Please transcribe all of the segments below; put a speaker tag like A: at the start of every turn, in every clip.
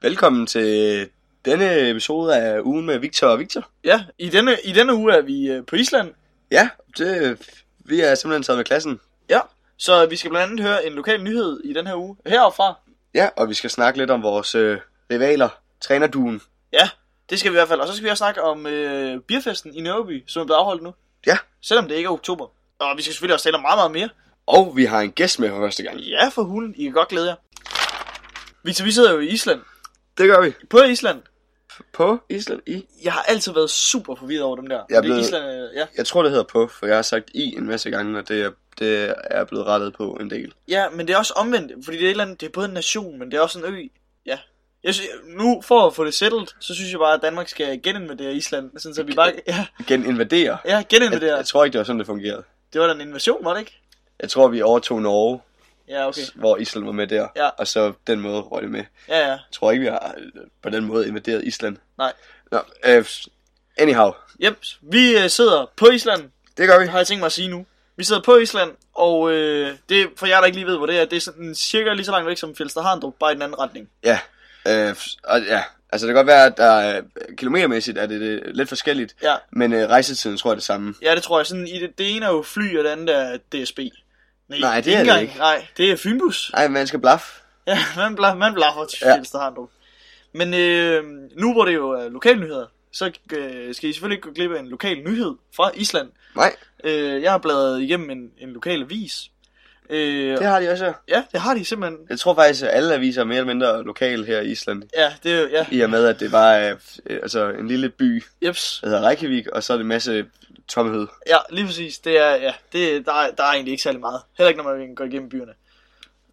A: Velkommen til denne episode af ugen med Victor og Victor.
B: Ja, i denne, i denne uge er vi øh, på Island,
A: Ja, det, vi er simpelthen taget med klassen.
B: så vi skal blandt andet høre en lokal nyhed i den her uge heroppefra.
A: Ja, og vi skal snakke lidt om vores øh, rivaler, trænerduen.
B: Det skal vi i hvert fald. Og så skal vi også snakke om øh, bierfesten i Nørreby, som er blevet afholdt nu.
A: Ja.
B: Selvom det ikke er oktober. Og vi skal selvfølgelig også tale om meget, meget mere.
A: Og vi har en gæst med for første gang.
B: Ja, for hulen. I kan godt glæde jer. Victor, vi sidder jo i Island.
A: Det gør vi.
B: På Island.
A: På Island i?
B: Jeg har altid været super forvirret over dem der.
A: Jeg er
B: Det er
A: blevet-
B: Island, øh, ja.
A: Jeg tror, det hedder på, for jeg har sagt i en masse gange, og det er, det er blevet rettet på en del.
B: ja, men det er også omvendt, fordi det er, et eller andet, det er både en nation, men det er også en ø. Ja. Jeg synes, nu for at få det settled, så synes jeg bare, at Danmark skal geninvadere Island. Sådan, så vi bare, ja,
A: Igen, invadere.
B: ja
A: Jeg,
B: geninvadere.
A: jeg tror ikke, det var sådan, det fungerede.
B: Det var da en invasion, var det ikke?
A: Jeg tror, vi overtog Norge,
B: Ja, okay.
A: okay. hvor Island var med der.
B: Ja.
A: Og så den måde røg det med.
B: Ja, ja.
A: Jeg tror ikke, vi har øh, på den måde invaderet Island.
B: Nej.
A: Nå, øh, anyhow.
B: Jep, vi øh, sidder på Island,
A: Det gør vi.
B: har jeg tænkt mig at sige nu. Vi sidder på Island, og øh, det er, for jer, der ikke lige ved, hvor det er, det er sådan cirka lige så langt væk som Fjellsted Harndrup, bare i den anden retning.
A: Ja. Øh, og, ja. Altså, det kan godt være, at der, øh, kilometermæssigt er det, øh, lidt forskelligt,
B: Ja,
A: men øh, rejsetiden tror jeg er det samme.
B: ja det tror jeg. Sådan, i det, det ene er jo fly, og det andet er DSB. Nej,
A: Nej, det er det
B: engang.
A: ikke.
B: Nej, det er Fynbus.
A: Nej, man skal blaffe.
B: Ja, man, bla, man blaffer til
A: Ja.
B: ja. Fjellsted Harndrup. Men øh, nu hvor det jo er lokalnyheder, så øh, skal I selvfølgelig ikke gå glip af en lokal nyhed fra Island.
A: Nej,
B: Øh, jeg har bladret igennem en, en lokal avis. Øh,
A: det har de også her.
B: Ja, det har de simpelthen.
A: Jeg tror faktisk, at alle aviser er mere eller mindre lokale her i Island.
B: Ja, det er jo- ja.
A: I og med, at det var øh, øh, altså, en lille by,
B: Jeps.
A: der hedder Reykjavik, og så er det en masse tomhed.
B: Ja, lige præcis. Det er, ja, det, der, er, der er egentlig ikke særlig meget. Heller ikke, når man går igennem byerne.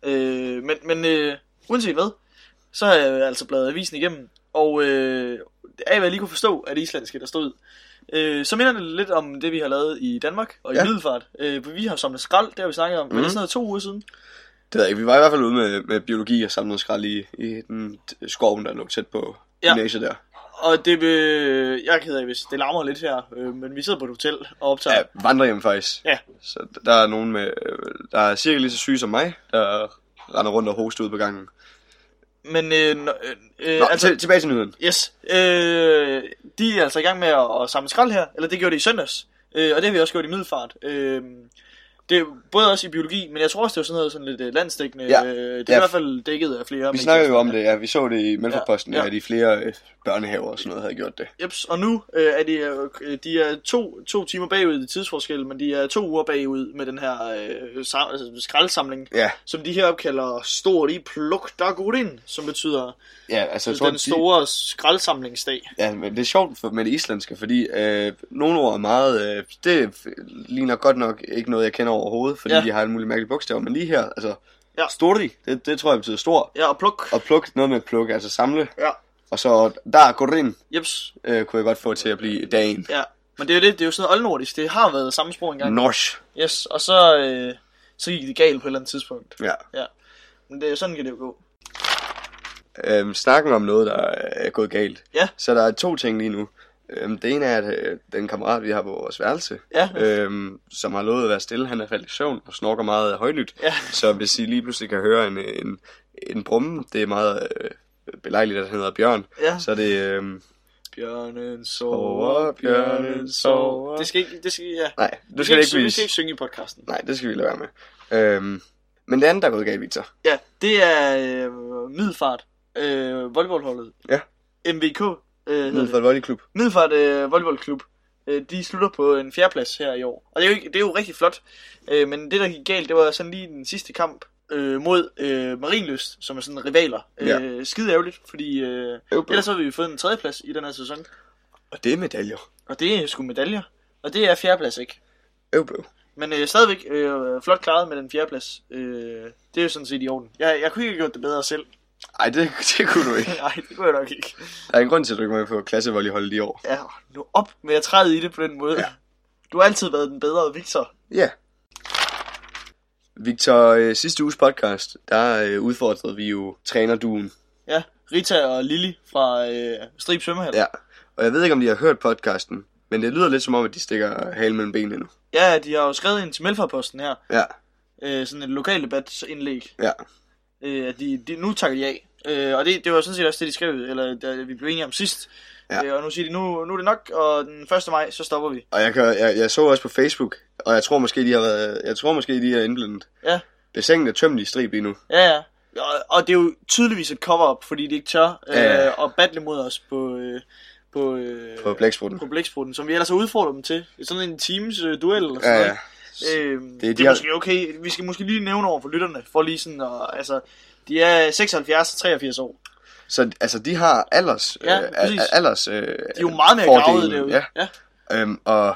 B: Øh, men men øh, uanset hvad, så har jeg altså bladret avisen igennem. Og øh, af hvad jeg lige kunne forstå af det islandske, der stod, øh, så minder det lidt om det, vi har lavet i Danmark og i
A: Ja.
B: ja. Middelfart. Øh, for vi har samlet skrald, det har vi snakket om, mm. men det
A: Mhm.
B: er sådan noget to uger siden.
A: Det ved jeg ikke. Vi var i hvert fald ude med, med biologi og samlede skrald i, i den t- skoven, der lå tæt på ja.
B: Ja.
A: gymnasiet der.
B: Og det vil... Jeg er ked af, hvis det larmer lidt her, øh, men vi sidder på et hotel og optager.
A: Ja, vandrehjem faktisk.
B: Ja.
A: Så d- der er nogen med, øh, der er cirka lige så syge som mig, der render rundt og hoster ud på gangen.
B: Men øh, nå- øh, øh,
A: Nå,
B: altså,
A: altså, tilbage til nyheden.
B: yes, øh, de er altså i gang med at, at samle skrald her, eller det gjorde de i søndags, øh, og det har vi også gjort i middelfart. Øh, det er jo både også i biologi, men jeg tror også, det er sådan noget sådan lidt øh, landsdækkende.
A: Ja.
B: Ja. Øh, det er
A: Ja.
B: i hvert fald dækket af flere.
A: Vi
B: medier.
A: snakkede jo om det, ja. Vi så det i Melfordposten, ja,
B: Ja,
A: ja.
B: ja.
A: at de flere øh, børnehaver og sådan noget havde gjort det.
B: Jeps, og nu øh, er de, øh, de er to, to timer bagud i tidsforskel, men de er to uger bagud med den her øh, sa- altså, skraldsamling,
A: Ja,
B: som de heroppe kalder Stor i Pluk Dagurin, som betyder
A: ja altså, jeg
B: så
A: tror,
B: den store skraldsamlingsdag.
A: De, ja, men det er sjovt for, med det islandske, fordi øh, nogle ord er meget... Øh, det ligner godt nok ikke noget, jeg kender overhovedet, fordi ja.
B: Ja.
A: de har alle mulige mærkelige bogstaver. Men lige her, altså... Ja.
B: Ja.
A: Sturdi, det, det tror jeg betyder stor.
B: Ja, og pluk.
A: Og pluk, noget med pluk, altså samle.
B: Ja.
A: Og så der går ind,
B: Jeps,
A: øh, kunne jeg godt få til at blive dagen.
B: Ja, men det er jo det, det er jo sådan noget oldnordisk, det har været samme sprog engang. No.
A: Norsk.
B: Yes, og så, øh, så gik det galt på et eller andet tidspunkt.
A: Ja.
B: Men det er sådan kan det jo gå.
A: Øhm, snakken om noget, der er gået galt.
B: Ja.
A: Så der er to ting lige nu. Øhm, det ene er, at øh, den kammerat, vi har på vores værelse,
B: Ja,
A: øhm, som har lovet at være stille, han er faldet i søvn og snorker meget højlydt.
B: Ja.
A: Så hvis I lige pludselig kan høre en, en, en brumme, det er meget øh, belejligt, at han hedder Bjørn.
B: ja.
A: Så er det... Øhm,
B: Bjørnen
A: Sover, bjørnen sover.
B: Det skal ikke, det skal, ja.
A: nej,
B: Vi
A: det skal det ikke
B: synge- Vi skal
A: blive...
B: ikke synge i podcasten.
A: Nej, det skal vi lade være med. Øhm, men det andet, der er gået galt, Victor.
B: Ja, det er øh, Middelfart, øh, volleyballholdet.
A: Ja. Mm.
B: MVK. Øh, hedder
A: Nede
B: det.
A: for et volleyklub.
B: Middelfart øh, Volleyballklub, øh, de slutter på en fjerdeplads her i år. Og det er jo, ikke- det er jo rigtig flot. Øh, men det, der gik galt, det var sådan lige den sidste kamp øh, mod øh, Marinløst, som er sådan rivaler.
A: Ja.
B: Øh, skide ærgerligt, fordi øh,
A: Øv,
B: ellers havde vi jo fået en tredjeplads i den her sæson.
A: Og det er medaljer.
B: Og det er sgu medaljer. Og det er fjerdeplads, ikke?
A: Øv, bøv.
B: Men øh, stadigvæk øh, flot klaret med den fjerdeplads. Øh, det er jo sådan set i orden. Jeg, jeg kunne ikke have gjort det bedre selv.
A: Ej, det, det kunne du ikke.
B: Nej, det kunne jeg nok ikke.
A: Der er en grund til, at du ikke var med på klassevolleyholdet i år.
B: Ja, nu op med at træde i det på den måde.
A: Ja.
B: Ja. Du har altid været den bedre, Victor.
A: Ja. Victor, øh, sidste uges podcast, der øh, udfordrede vi jo trænerduen.
B: Ja, Rita og Lili fra øh, Strib Svømmehal. Ja.
A: Ja. Og jeg ved ikke, om de har hørt podcasten, men det lyder lidt som om, at de stikker halen mellem benene nu.
B: ja, de har jo skrevet ind til Melfarposten her,
A: Ja.
B: øh, sådan et lokaldebatsindlæg,
A: Ja.
B: øh, at de, de, nu takker de af. Øh, og det, det var sådan set også det, de skrev, eller da vi blev enige om sidst.
A: Ja.
B: Ja. Øh, og nu siger de, nu, nu er det nok, og den 1. maj, så stopper vi.
A: Og jeg, kan, jeg, jeg så også på Facebook, og jeg tror måske, de har været, jeg tror måske, de er indblandet.
B: Ja.
A: Besængen er tømt i strib lige nu.
B: Ja, ja. Og, og det er jo tydeligvis et cover-up, fordi de ikke tør øh,
A: Ja, ja.
B: ja. at battle mod os på, øh, på, øh,
A: På blæksprutten.
B: på Blæksprutten, som vi ellers har udfordret dem til. Sådan en teams øh, duel eller sådan
A: Ja,
B: noget.
A: ja.
B: Øhm,
A: Det
B: det,
A: er-
B: er,
A: de
B: det er
A: har-
B: måske okay. Vi skal måske lige nævne over for lytterne, for lige sådan, og, altså, de er 76 og 83 år.
A: Så altså, de har alders...
B: Ja,
A: øh,
B: præcis.
A: al- alders øh, de
B: De er jo meget mere gravet derude.
A: Ja,
B: ja.
A: øhm, og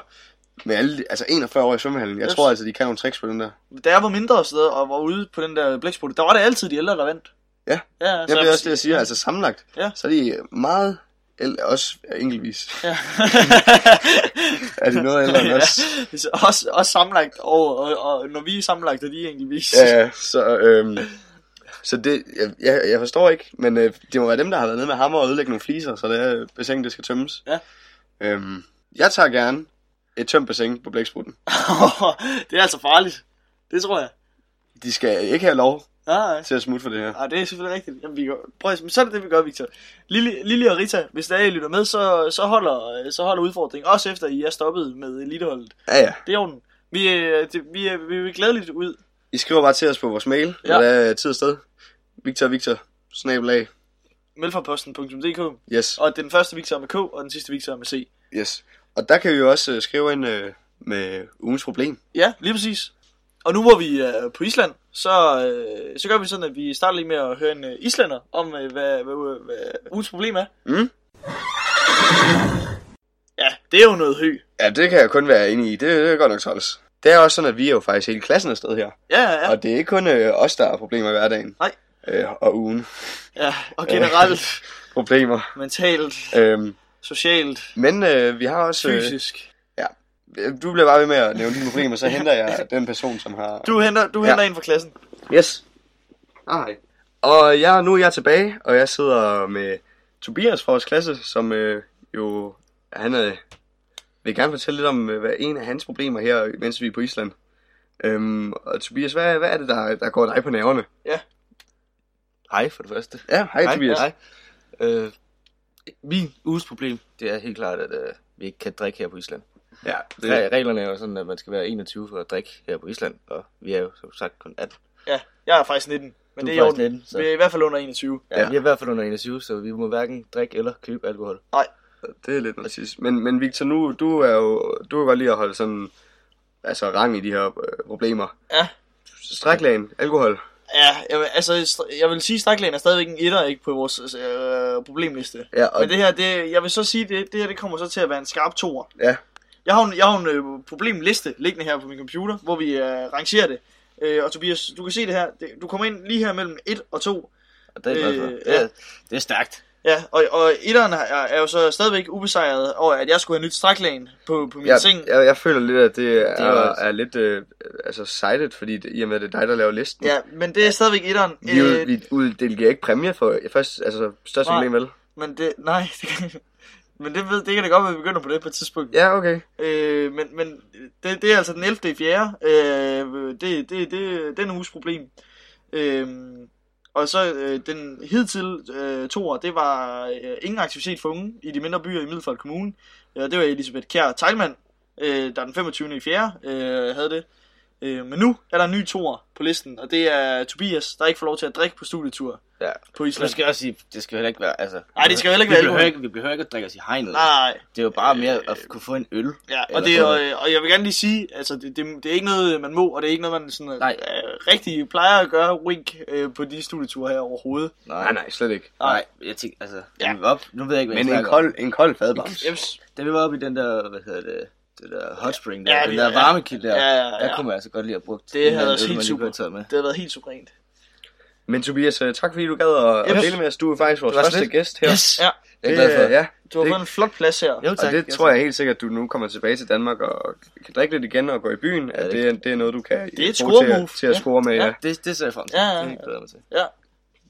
A: med alle, de- altså 41 år i svømmehallen. Jeg
B: Yes.
A: tror altså, de kan nogle tricks på den der.
B: Da jeg var mindre og, sådan noget, og var ude på den der blæksprutte, der var det altid de ældre, der vandt.
A: Ja.
B: ja så
A: Jamen, det er
B: vil
A: også det, jeg siger. Altså sammenlagt,
B: Ja.
A: så er de meget... el- Også enkeltvis.
B: Ja.
A: Er de noget ældre end os?
B: Ja, så også, også sammenlagt, og, og, og, når vi er sammenlagt, er de egentlig vis.
A: Ja, ja, så, øhm, så det, jeg- jeg, jeg forstår ikke, men øh, det må være dem, der har været nede med hammer og ødelægge nogle fliser, så det er bassin, det skal tømmes.
B: Ja.
A: Øhm, jeg tager gerne et tømt bassin på blæksprutten.
B: det er altså farligt. Det tror jeg. altså.
A: De skal ikke have lov
B: Nej,
A: til at smutte for det her.
B: Ja, Ah, det er selvfølgelig rigtigt. Jamen, vi gør... Prøv, at- men så er det det, vi gør, Victor. Lili, Lili og Rita, hvis der er, I lytter med, så, så, holder, øh, så holder udfordringen. Også efter, I er stoppet med eliteholdet.
A: Ja, ja.
B: Det er jo den. Vi, øh, det, vi, øh, vi vil glædeligt ud.
A: I skriver bare til os på vores mail, ja.
B: Ja.
A: når der er tid og sted. Victor, Victor, snabelag.
B: Melforposten.dk
A: Yes,
B: Og den første Victor er med K, og den sidste Victor er med C.
A: yes. Og der kan vi jo også øh, skrive ind øh, med ugens problem.
B: Ja, lige præcis. Og nu hvor vi er på Island, så, øh, så gør vi sådan, at vi starter lige med at høre en øh, islænder om, øh, hvad, hvad, hvad ugens problem er.
A: Mm?
B: Ja, det er jo noget hø.
A: Ja, det kan jeg kun være enig i. Det, det er godt nok træls. Det er også sådan, at vi er jo faktisk hele klassen afsted her.
B: Ja, ja, ja.
A: Og det er ikke kun øh, os, der har problemer i hverdagen.
B: Nej.
A: Øh, og ugen.
B: ja og generelt,
A: Problemer.
B: mentalt,
A: Øhm,
B: socialt,
A: men øh, vi har også... Øh,
B: fysisk.
A: du bliver bare ved med at nævne dine problemer, så henter jeg den person, som har...
B: Du henter, du
A: Ja.
B: henter en fra klassen.
A: Yes. Hej. Og jeg, nu er jeg tilbage, og jeg sidder med Tobias fra vores klasse, som øh, jo... Han øh, vil gerne fortælle lidt om, øh, hvad en af hans problemer her, mens vi er på Island. Øhm, og Tobias, hvad, hvad er det, der, der går dig på nerverne?
C: Hej for det første.
A: Ja, hej, Tobias.
C: Hej. Øh, min uges problem, det er helt klart, at øh, vi ikke kan drikke her på Island.
A: Ja,
C: Det...
A: det,
C: Reglerne er jo sådan, at man skal være 21 for at drikke her på Island, og vi er jo som sagt kun 18.
B: Ja, jeg er faktisk 19. Men
C: Du
B: det
C: er
B: er i orden.
C: faktisk 19, så-
B: Vi er i hvert fald under 21.
C: Ja,
A: Ja.
C: ja. Vi er i hvert fald under 21, så vi må hverken drikke eller købe alkohol.
A: Det er lidt narcissist. Men, men Victor, nu, du er jo, du kan godt lide at holde sådan, altså rang i de her øh, problemer.
B: Ja.
A: Stræklagen, alkohol.
B: Ja, jeg, vil- altså, str- jeg vil sige, at stræklægen er stadigvæk en etter ikke, på vores øh, problemliste.
A: Ja, og
B: Men det her, det, jeg vil så sige, det, det her det kommer så til at være en skarp toer.
A: Ja.
B: Jeg har en, jeg har en øh, problemliste liggende her på min computer, hvor vi øh, rangerer det. Øh, og Tobias, du kan se det her. Det, du kommer ind lige her mellem 1 og 2.
C: Og det er,
B: Øh,
C: øh, det,
B: ja.
C: er, det er stærkt.
B: Ja, og, og etteren er, er jo så stadigvæg ubesejret over, at jeg skulle have nyt stræklægen på, på min
A: jeg,
B: seng.
A: jeg, jeg, føler lidt, at det er, det
C: er
A: er,
C: jo
A: er,
C: også-
A: lidt øh, altså sighted, fordi det, i og med, at det er dig, der laver listen.
B: Ja, men det er stadigvæk etteren. Øh,
A: Vi,
C: øh,
A: ud, vi uddelegerer ikke præmier for først, altså største
B: Nej.
A: problem, vel?
B: Men det, nej, det kan, men det, ved, det kan da godt være, at vi begynder på det på et tidspunkt.
A: Ja, okay.
B: Øh, men men det, det er altså den 11. i 4. Øh, det, det, det, den uges problem. Øh, og så øh, den hidtil øh, toer, det var øh, ingen aktivitet for unge i de mindre byer i Middelfart Kommune. Øh, det var Elisabeth Kjær Tejlmann, øh, der den 25. i 4. Øh, havde det. Øh, men nu er der en ny toer på listen, og det er Tobias, der ikke får lov til at drikke på studietur
C: Ja.
B: på
C: Nu
B: Island.
C: skal jeg også sige, det skal jo heller ikke være, altså...
B: Nej, det skal jo heller ikke
C: vi
B: være
C: behøver
B: alkohol.
C: ikke, Vi behøver ikke at drikke os i hegnet.
B: Nej, Øh. nej, nej.
C: Det er jo bare mere at kunne få en øl.
B: Ja, og,
C: Eller
B: det, øh,
C: sådan
B: og, og jeg vil gerne lige sige, altså det, det, det er ikke noget, man må, og det er ikke noget, man sådan,
C: Nej.
B: Øh, rigtig plejer at gøre wink øh, på de studieture her overhovedet.
A: Nej, nej, slet ikke.
C: Nej, jeg tænker, altså,
B: Ja.
C: ja. vi var op, nu ved jeg ikke, hvad
A: Men
C: jeg
A: en
C: snakker
A: kold, en kold fadbams.
B: Jeps.
C: om. Da vi var oppe i den der, hvad hedder det, det der hot spring der,
B: Ja,
C: ja,
B: det-
C: den der
B: ja.
C: varmekilde der,
B: Ja, ja, ja.
C: der kunne man altså godt lige have brugt.
B: Det
C: en eller
B: havde
C: anden
B: også
C: øl,
B: helt
C: man lige
B: super.
C: kunne have taget med.
B: Det har været helt suverænt.
A: Men Tobias, øh, tak fordi du gad at, at
B: Yes.
A: dele med os. Du er faktisk vores
C: Det var så
A: første
C: lidt.
A: gæst her.
C: Yes!
B: Ja.
C: Det er jeg glad for.
A: øh, ja,
B: Du har
A: Det-
B: fået en flot plads her.
C: Jo,
A: Og
C: tak.
A: det tror jeg helt sikkert, at du nu kommer tilbage til Danmark og kan drikke lidt igen og gå i byen. At det,
C: det-
A: er- det er noget, du kan
B: er et
A: bruge til,
B: score-move.
A: at, til at
B: Ja.
A: score med. Ja.
C: Ja, det, det ser jeg frem til.
B: Ja, ja,
C: Det
B: ja.
C: glæder jeg mig til.
B: Ja,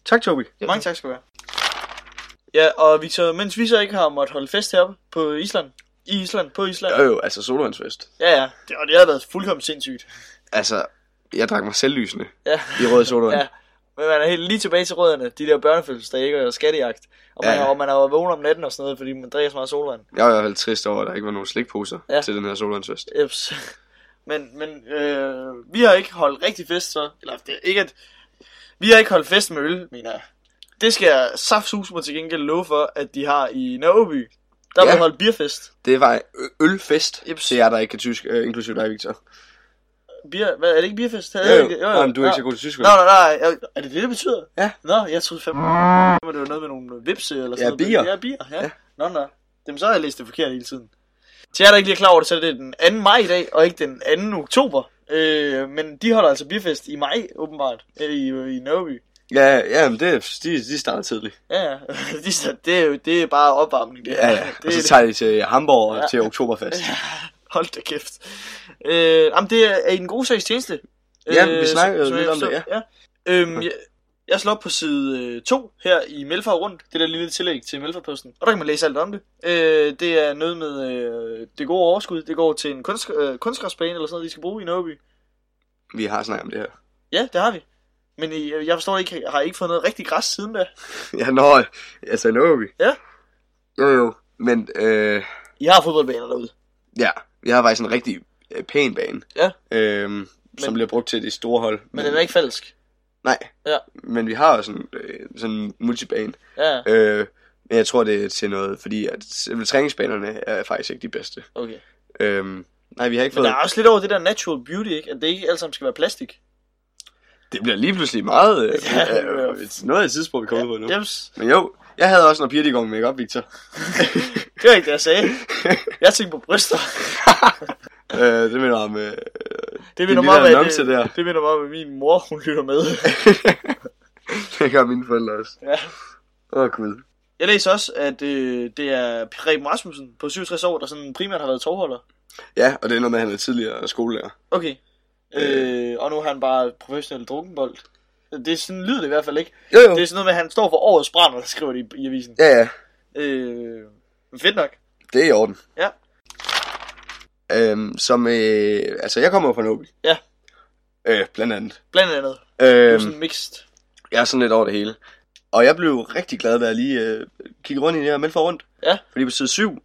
A: Tak, Tobi.
B: mange tak skal du have. Ja, og Victor, mens vi så ikke har måttet holde fest heroppe på Island, i Island, på Island,
A: Jo, jo, altså solodansfest.
B: ja, ja, det, og det har været fuldkommen sindssygt.
A: Altså, jeg drak mig selvlysende
B: Ja.
A: i rød sodavand.
B: Ja. Men man er helt lige tilbage til rødderne, de der børnefødselsdage ikke, og skattejagt. Og man,
A: Ja,
B: ja.
A: ja.
B: og man har været vågen om natten og sådan noget, fordi man drikker så meget solvand.
A: Jeg var i hvert fald trist over, at der ikke var nogen slikposer
B: Ja.
A: ja. til den her solvandsfest.
B: Eps. Men, men øh, vi har ikke holdt rigtig fest så. Eller det er ikke at... Vi har ikke holdt fest med øl, mener jeg. Det skal jeg saftsus mig til gengæld love for, at de har i Nørreby. Der har
A: Ja.
B: ja. holdt bierfest.
A: Det var ø- ølfest
B: Jeps.
A: til jer, der ikke kan tysk, øh, inklusive dig, Victor.
B: Bier, hvad, er det ikke bierfest? Havde
A: Jo,
B: jeg
A: jo.
B: ikke det?
A: Nej, men du er ikke
B: Nå.
A: så god til tysk. vel?
B: Nå, nej, nej, nej. Er det det, det betyder?
A: Ja.
B: Nå, jeg troede fem. Men det var noget med nogle vipse eller sådan
A: Ja,
B: noget.
A: bier.
B: Ja, bier. Ja.
A: Ja.
B: ja. Nå, nå. Jamen, så har jeg læst det forkert hele tiden. Til jer, der ikke lige er klar over det, så er det den 2. maj i dag, og ikke den 2. oktober. Øh, men de holder altså bierfest i maj, åbenbart, øh, i, i Nørreby.
A: Ja, ja, men det, de, de starter tidligt.
B: Ja, ja. De så- det, er jo, det er bare opvarmning, det her.
A: Ja, Altså, ja.
B: Det,
A: Og så
B: er-
A: tager de til Hamburg og
B: Ja.
A: til Oktoberfest.
B: Hold da kæft. Øh, jamen, det er, er i den gode sags tjeneste. Øh,
A: Ja, vi snakkede
B: som
A: lidt
B: jeg
A: om det,
B: forstår. ja. Øhm, jeg, jeg slår op på side 2 her i Melfa rundt, det der lille tillæg til Melfa-posten. Og der kan man læse alt om det. Øh, det er noget med øh, det gode overskud. Det går til en kunst, øh, kunstgræsbane eller sådan noget, de skal bruge i Nørreby.
A: Vi har snakket om det her.
B: Ja, det har vi. Men I, øh, jeg forstår ikke, har I ikke fået noget rigtig græs siden da?
A: Ja, nå, altså nu vi.
B: Ja.
A: Jo, jo. Men, øh,
B: I har fodboldbaner derude.
A: ja, vi har faktisk en rigtig øh, pæn bane.
B: Ja.
A: Øhm, som bliver brugt til de store hold.
B: Men den er ikke falsk.
A: Nej.
B: Ja.
A: Men vi har også en, øh, sådan en multibane.
B: Ja,
A: Øh, men jeg tror, det er til noget, fordi at selve træningsbanerne er faktisk ikke de bedste.
B: okay.
A: Øhm, nej, vi har ikke
B: Men
A: fået...
B: der er også lidt over det der natural beauty, ikke? At det ikke alt sammen skal være plastik.
A: Det bliver lige pludselig meget... Øh,
B: Ja,
A: ja, øh, noget af et tidspunkt, vi kommer ja, ud på nu.
B: Ja, jeps.
A: Men jo, jeg havde også, når piger de går med makeup, Victor.
B: Det var ikke det, jeg sagde. Jeg tænkte på bryster.
A: øh, det minder om... Øh,
B: Det minder
A: lille
B: mig om, at
A: annonce
B: det,
A: der.
B: det minder mig om, at min mor, hun lytter med.
A: det gør mine forældre også.
B: Ja.
A: Åh, oh, gud.
B: Jeg læser også, at øh, det er Preben Rasmussen på 67 år, der sådan primært har været tovholder.
A: Ja, og det er noget med, at han er tidligere skolelærer.
B: Okay. Øh, og nu er han bare professionel drukkenbold. Det er sådan lyder det i hvert fald ikke.
A: Jo, jo.
B: Det er sådan noget med, at han står for årets brænder, der skriver det i, i avisen.
A: Ja, ja.
B: Øh, men fedt nok.
A: Det er i orden.
B: Ja.
A: Øhm, som, øh, altså, jeg kommer jo fra Nobi.
B: Ja.
A: Øh, blandt andet.
B: Blandt andet. Øhm.
A: Øhm,
B: Sådan mixed.
A: jeg er sådan lidt over det hele. Og jeg blev rigtig glad, da jeg lige øh, kiggede rundt i det her Melfor rundt.
B: Ja.
A: Fordi på side 7,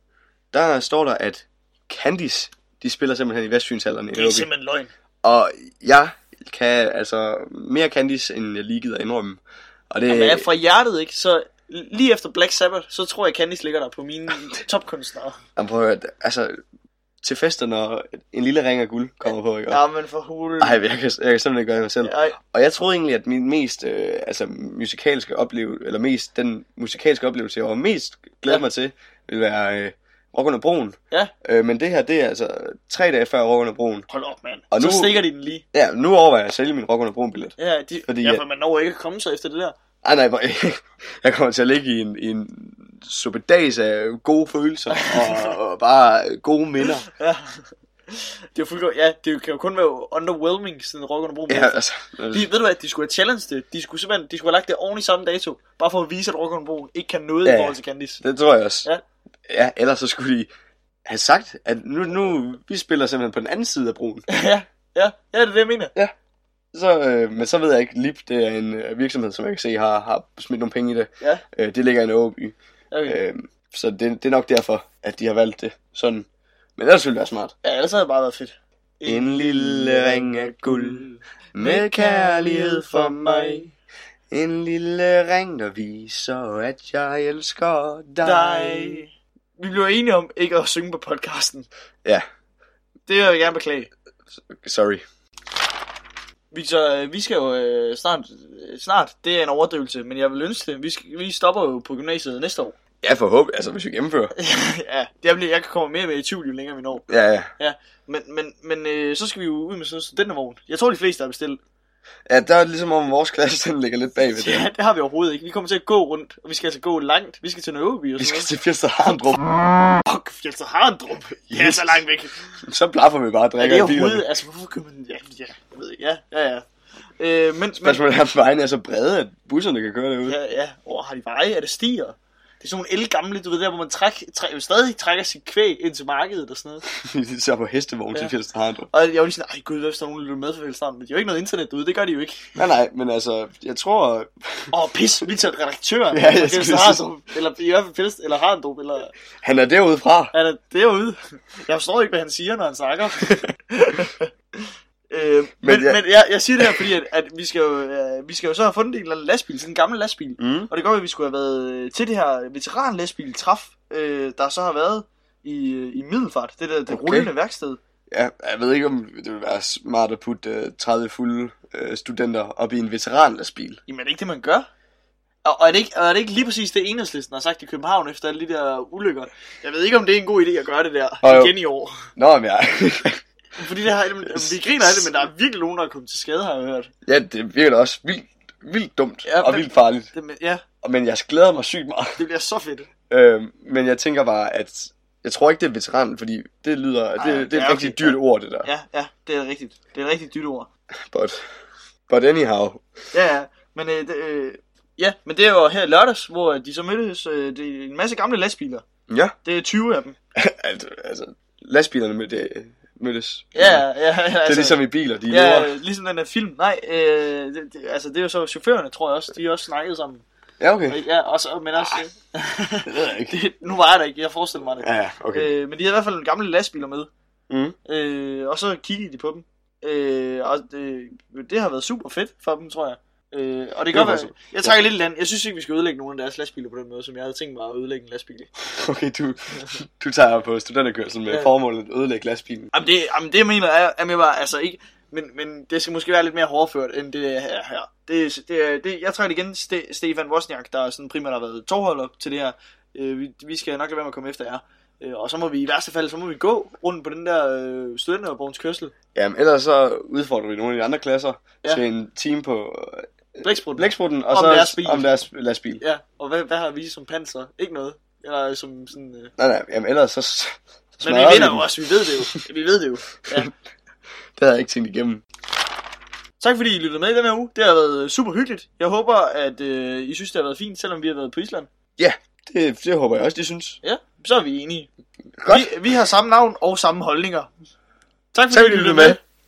A: der står der, at Candice, de spiller simpelthen i Vestfynshallerne i
B: Det er
A: Nobi.
B: simpelthen løgn.
A: Og jeg kan altså mere Candice, end jeg lige gider indrømme. Og det,
B: Jamen, jeg er fra hjertet, ikke? Så lige efter Black Sabbath, så tror jeg, Candice ligger der på mine topkunstnere.
A: Jamen, prøv at høre, altså, til fester, når en lille ring af guld kommer på, ikke?
B: Ja, men for hulen.
A: Nej, jeg kan, jeg kan simpelthen ikke gøre det mig selv.
B: Ej,
A: Og jeg troede egentlig, at min mest øh, altså, musikalske oplevelse, eller mest, den musikalske oplevelse, jeg var mest glad
B: Ja.
A: ja. mig til, ville være øh, Rock under broen.
B: Ja.
A: Øh, men det her, det er altså tre dage før Rock under broen.
B: hold op, mand.
A: Og
B: Og nu...
A: nu-
B: Så stikker de den lige.
A: Ja, nu overvejer jeg at sælge min Rock under broen billet.
B: Ja, de... Fordi,
A: Fordi
B: ja,
A: at-
B: for man når ikke at komme sig efter det der.
A: Ej Ah, nej, hvor- jeg kommer til at ligge i en, i en suppedags af gode følelser og, og bare gode minder.
B: Ja. Det er jo fuldkommen... Ja, det kan jo kun være underwhelming, sådan rock under broen.
A: Ja, altså,
B: De, ved du hvad, de skulle have challenged det. De skulle simpelthen de skulle have lagt det oven i samme dato. Bare for at vise, at rock under broen ikke kan noget ja.
A: Ja.
B: i forhold til Candice.
A: det tror jeg også.
B: Ja.
A: ja ellers så skulle de have sagt, at nu, nu vi spiller simpelthen på den anden side af broen.
B: ja, ja, ja, det er det, jeg mener.
A: Så, øh, men så ved jeg ikke, Lip, det er en øh, virksomhed, som jeg kan se har, har smidt nogle penge i det.
B: Ja.
A: Øh, det ligger i en Åby.
B: Okay.
A: Øh, så det, det er nok derfor, at de har valgt det sådan. Men ellers ville det være smart.
B: Ja, ellers havde det bare været fedt.
A: En lille ring af guld med kærlighed for mig. En lille ring, der viser, at jeg elsker dig.
B: dig. Vi blev enige om ikke at synge på podcasten.
A: Ja.
B: Det vil jeg gerne beklage.
A: Sorry.
B: Victor, øh, vi skal jo øh, snart, øh, snart, det er en overdrivelse, men jeg vil ønske det. Vi, skal, vi stopper jo på gymnasiet næste år.
A: Ja, forhåbentlig. Altså, hvis vi gennemfører.
B: ja, jeg, bliver, jeg kan komme mere og mere i tvivl, jo længere vi når.
A: Ja, ja.
B: Men, men, men øh, så skal vi jo ud med sådan en studentervogn. Jeg tror, de fleste har bestilt.
A: Ja, der er det ligesom om, vores klasse den ligger lidt bagved det.
B: Ja, det har vi overhovedet ikke. Vi kommer til at gå rundt, og vi skal altså gå langt. Vi skal til Nørreby og
A: Vi skal
B: sådan
A: til Fjester Harndrup.
B: noget. Fuck, Fjeldsted Harendrup. Det er så langt væk.
A: Så blaffer vi bare og
B: Er
A: drikker
B: det
A: i bilerne.
B: overhovedet? Altså, hvorfor kan man... Ja, ja, jeg ved ikke. Ja, ja, ja. Øh, mens, men,
A: Spørgsmålet er, om vejene er så brede, at busserne kan køre derude.
B: Ja, ja. Åh, har de veje? Er det stier? Det er sådan nogle elgamle, du ved, der hvor man træk, træk, jo stadig trækker sit kvæg ind til markedet og sådan noget.
A: så på hestevogn
B: Ja.
A: til Fjeldstarndrup.
B: Og jeg var lige sådan, ej gud, hvad hvis der er nogen, der lytter med for fællesnavn? Men de har jo ikke noget internet derude, det gør de jo ikke.
A: Nej, nej, men altså, jeg tror...
B: Åh, oh, pis, vi tager redaktøren.
A: Ja, jeg
B: fra
A: skulle
B: Fjeldsted
A: sige.
B: Harndrup, Eller i hvert fald Fjeldsted, eller Harndrup, eller...
A: Han er derudefra.
B: Han er derude. Jeg forstår ikke, hvad han siger, når han snakker. øh, men, men,
A: jeg-
B: jeg... men jeg, jeg siger det her, fordi at, at vi, skal jo, øh, vi skal jo så have fundet en eller anden lastbil, sådan en gammel lastbil.
A: Mm.
B: Og det går, at vi skulle have været øh, til det her veteranlastbil træf, øh, der så har været i, øh, i Middelfart, det der det
A: Okay.
B: rullende værksted.
A: Ja, jeg ved ikke, om det ville være smart at putte øh, 30 fulde øh, studenter op i en veteranlastbil.
B: Jamen er det ikke det, man gør? Og, og, er det ikke, og er det ikke lige præcis det, enhedslisten har sagt i København efter alle de der ulykker? Jeg ved ikke, om det er en god idé at gøre det der
A: Og jo.
B: igen i år.
A: Nå, men jeg...
B: Fordi det her, jamen, vi griner af det, men der er virkelig nogen, der er kommet til skade, har jeg hørt.
A: ja, det virker da også vildt, vildt dumt
B: Ja,
A: ja, og
B: men-
A: vildt farligt.
B: Det, men, ja,
A: Og- Men jeg glæder mig sygt meget.
B: det bliver så fedt.
A: Øh, men jeg tænker bare, at... Jeg tror ikke, det er veteranen, fordi det lyder... Ej,
B: Ej,
A: det, det er
B: ja,
A: et rigtig
B: okay.
A: dyrt ord, det der. Ja.
B: Ja, ja, det er rigtigt. Det er et rigtig dyrt ord.
A: But, but anyhow.
B: Ja, ja. Men, øh, det, øh, ja, men det er jo her i lørdags, hvor de så mødtes. Øh, det er en masse gamle lastbiler.
A: Ja,
B: Det er 20 af dem.
A: altså, altså lastbilerne mødte, mødtes.
B: Ja, ja, ja. Altså,
A: Det er ligesom i biler, de lever.
B: Ja, ligesom den der film. Nej, øh, det, det, altså det er jo så chaufførerne, tror jeg også. De har også snakket sammen.
A: Ja, okay.
B: Ja, og så, men også... Øh,
A: Det ved jeg ikke.
B: det, nu var jeg der ikke, jeg forestiller mig det.
A: Ja, ja, okay.
B: Øh, men de havde i hvert fald nogle gamle lastbiler med.
A: Mm.
B: Øh, og så kiggede de på dem. Øh, og det, det har været super fedt for dem, tror jeg. Øh, og det
A: var
B: gør, at
A: faktisk-
B: jeg trækker lidt i land. Jeg synes ikke, vi skal ødelægge nogen af deres lastbiler på den måde, som jeg havde tænkt mig at ødelægge en lastbil. i.
A: Okay, du, du tager på studenterkørsel med
B: Ja.
A: formålet at ødelægge lastbilen.
B: Jamen det, jamen det jeg mener er, at jeg var altså ikke... Men, men det skal måske være lidt mere hårdført, end det her. her. Det, det, er- det, jeg trækker igen Ste, Stefan Wozniak, der sådan primært har været tovholder til det her. Øh, vi, vi skal nok lade være med at komme efter jer. Øh, og så må vi i værste fald, så må vi gå rundt på den der øh, studenterborgens kørsel.
A: Jamen, ellers så udfordrer vi nogle af de andre klasser
B: Ja.
A: ja. til en time på øh,
B: Blæksprutten.
A: blæksprutten, og
B: Om
A: så
B: deres bil.
A: om deres lastbil.
B: Ja, og hvad, hvad har vi som panser? Ikke noget. Eller som sådan... Øh...
A: Nej, nej, jamen ellers så s-
B: Men
A: smadrer
B: vi vinder
A: den.
B: jo også, vi ved det jo. Vi ved det jo. Ja.
A: Det havde jeg ikke tænkt igennem.
B: Tak fordi I lyttede med i den her uge. Det har været øh, super hyggeligt. Jeg håber, at øh, I synes, det har været fint, selvom vi har været på Island.
A: Det, det håber jeg også, de synes.
B: Ja, så er vi enige.
A: Godt.
B: Vi, vi har samme navn og samme holdninger. Tak fordi
A: Tak,
B: I lyttede med. med.